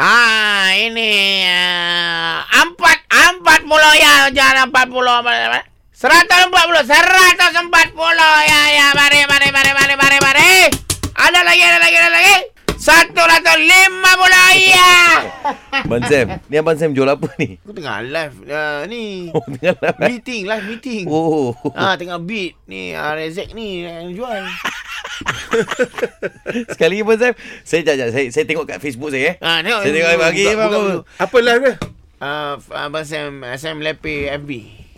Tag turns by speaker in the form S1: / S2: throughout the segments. S1: Ah, eh, ya, berapa? 140 140 Ya ya mari mari mari mari mari mari Ada lagi ada lagi ada lagi 150 ya
S2: Abang Sam Ni Abang Sam jual apa ni?
S1: Aku tengah live uh, ni
S2: Oh tengah larat
S1: Meeting live meeting
S2: Oh
S1: Ah tengah beat ni ah, Rezek ni yang jual.
S2: Sekali lagi Abang Sam Saya jap, jap Saya, saya tengok kat Facebook saya eh
S1: Ah tengok.
S2: Saya tengok pagi
S1: Buka- buka dulu.
S3: Apa live dia?
S1: Ah f- abang Sam Sam Lepe FB.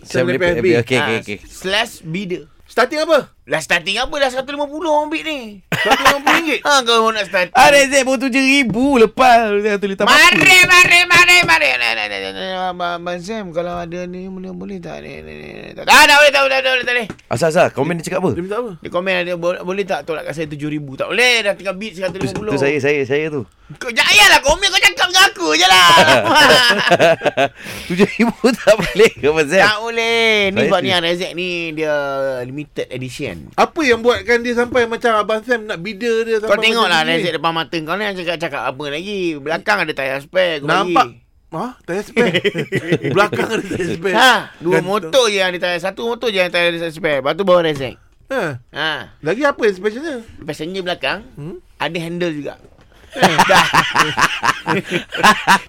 S2: Sam
S3: Sam
S2: Lepe FB
S3: Lepe FB.
S2: Okay okay
S1: Ah,
S2: okay
S1: Slash bida.
S3: Starting apa?
S1: Lah starting apa dah 150 orang bid ni. 150 ringgit. Ha kau nak starting.
S2: Ah Rezek baru tujuh ribu lepas Saya tulis tak
S1: Mari, mari, mari, mari. Nah, nah, nah, nah, nah. Abang, Abang Sam, kalau ada ni boleh boleh tak? Ni, ni, ni. Tak, tak, tak Ah, boleh, tak boleh, tak boleh, tak boleh.
S2: Asal asal komen dia cakap apa?
S3: Dia minta apa?
S1: Dia komen ada bo- boleh tak tolak kat saya 7000 Tak boleh dah tengah beat 150
S2: Tu, tu saya saya saya tu.
S1: Kau jangan payahlah komen kau cakap dengan aku je lah
S2: Tujuh ribu tak boleh ke Abang Sam?
S1: Tak boleh Ni
S2: Saya
S1: buat
S2: tu.
S1: ni yang Rezek ni Dia limited edition
S3: Apa yang buatkan dia sampai macam Abang Sam nak bida dia
S1: Kau
S3: sampai
S1: tengok lah
S3: macam ni?
S1: Rezek depan mata kau ni yang Cakap-cakap apa lagi Belakang ada tayar spare kau
S3: Nampak
S1: bagi.
S3: Ha? Tayar spare Belakang ada tayar spare
S1: Ha, dua
S3: Gantung.
S1: motor je yang ada tayar Satu motor je yang ada tayar spare Lepas tu bawa Rezek
S3: ha.
S1: Ha
S3: Lagi apa yang specialnya?
S1: Passenger belakang hmm?
S3: Hmm?
S1: Ada handle juga Dah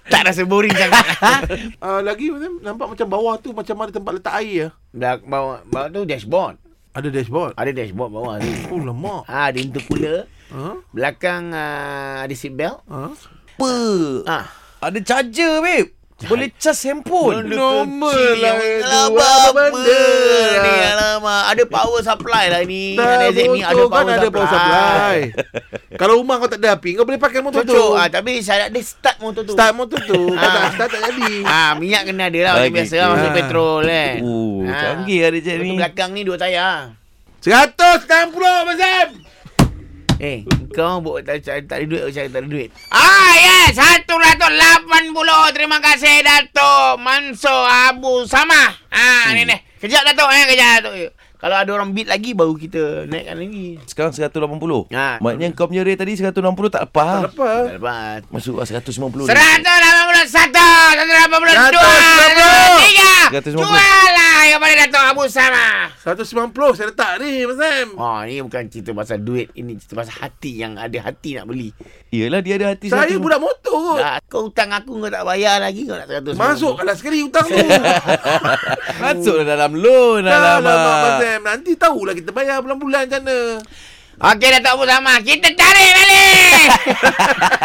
S1: Tak rasa boring sangat
S3: Uh, lagi macam nampak macam bawah tu macam ada tempat letak air ya.
S1: Dah bawa Bawa tu dashboard
S3: Ada dashboard.
S1: Ada dashboard bawah tu
S3: Oh lemak.
S1: Ha ada intercooler
S3: Ha?
S1: Belakang uh, ada seat belt
S3: Ha?
S2: Apa?
S1: Ah,
S2: Ha. Ada charger babe. Boleh charge handphone.
S3: Normal
S1: kecil
S3: lah,
S1: yang
S3: dua
S1: Alah apa
S3: benda lah.
S1: ni alamak Ada power supply lah ni
S3: Dah,
S1: Ada Zack ni ada
S3: motor kan
S1: power
S3: ada power supply. Kalau rumah kau tak ada api, kau boleh pakai motor
S1: Cocok
S3: tu.
S1: ah, Tapi syarat dia start motor tu
S3: Start motor tu. Kau
S1: Ah.
S3: tak start tak jadi.
S1: Ah, minyak kena ada lah macam
S2: Lagi.
S1: biasa lah masuk
S3: Ah.
S1: petrol kan.
S2: Oh,
S1: Ah.
S2: canggih ada Jack
S1: Lepas tu
S2: ni.
S1: belakang ni dua tayar.
S3: 160 Mazam.
S1: Eh, kau buat tak tak tak ada duit, cakap tak ada duit. Ah, ya, satu ratus lapan puluh. Terima kasih Dato' Mansur Abu Samah. Ah, ni ni. Kejap Dato' eh, kejap Dato'. Kalau ada orang beat lagi baru kita naikkan lagi.
S2: Sekarang 180.
S1: Ha.
S2: Maknanya kau punya rate tadi 160 tak lepas. Tak lepas.
S3: Tak apa.
S1: Tak dapat.
S2: Masuk lah 190.
S1: Seratus lapan puluh satu, seratus lapan puluh dua,
S3: Seratus
S1: seratus
S3: sembilan
S1: lapan
S3: puluh.
S1: puluh tiga.
S2: Seratus sembilan puluh.
S1: Jualah kepada Dato' Abu Samah.
S3: 190 saya letak ni Mazam.
S1: Ha, ni bukan cerita pasal duit. Ini cerita pasal hati yang ada hati nak beli.
S2: Yelah dia ada hati
S3: Saya
S2: satu.
S3: budak motor kot.
S1: Dah, kau hutang aku kau tak bayar lagi kau nak 100.
S3: Oh. Masuk kalah sekali hutang tu.
S2: Masuklah lah dalam loan
S3: Dah lama
S2: alamak.
S3: Mazam. Nanti tahulah kita bayar bulan-bulan macam mana.
S1: Okey Datuk Abu Samah, kita tarik balik.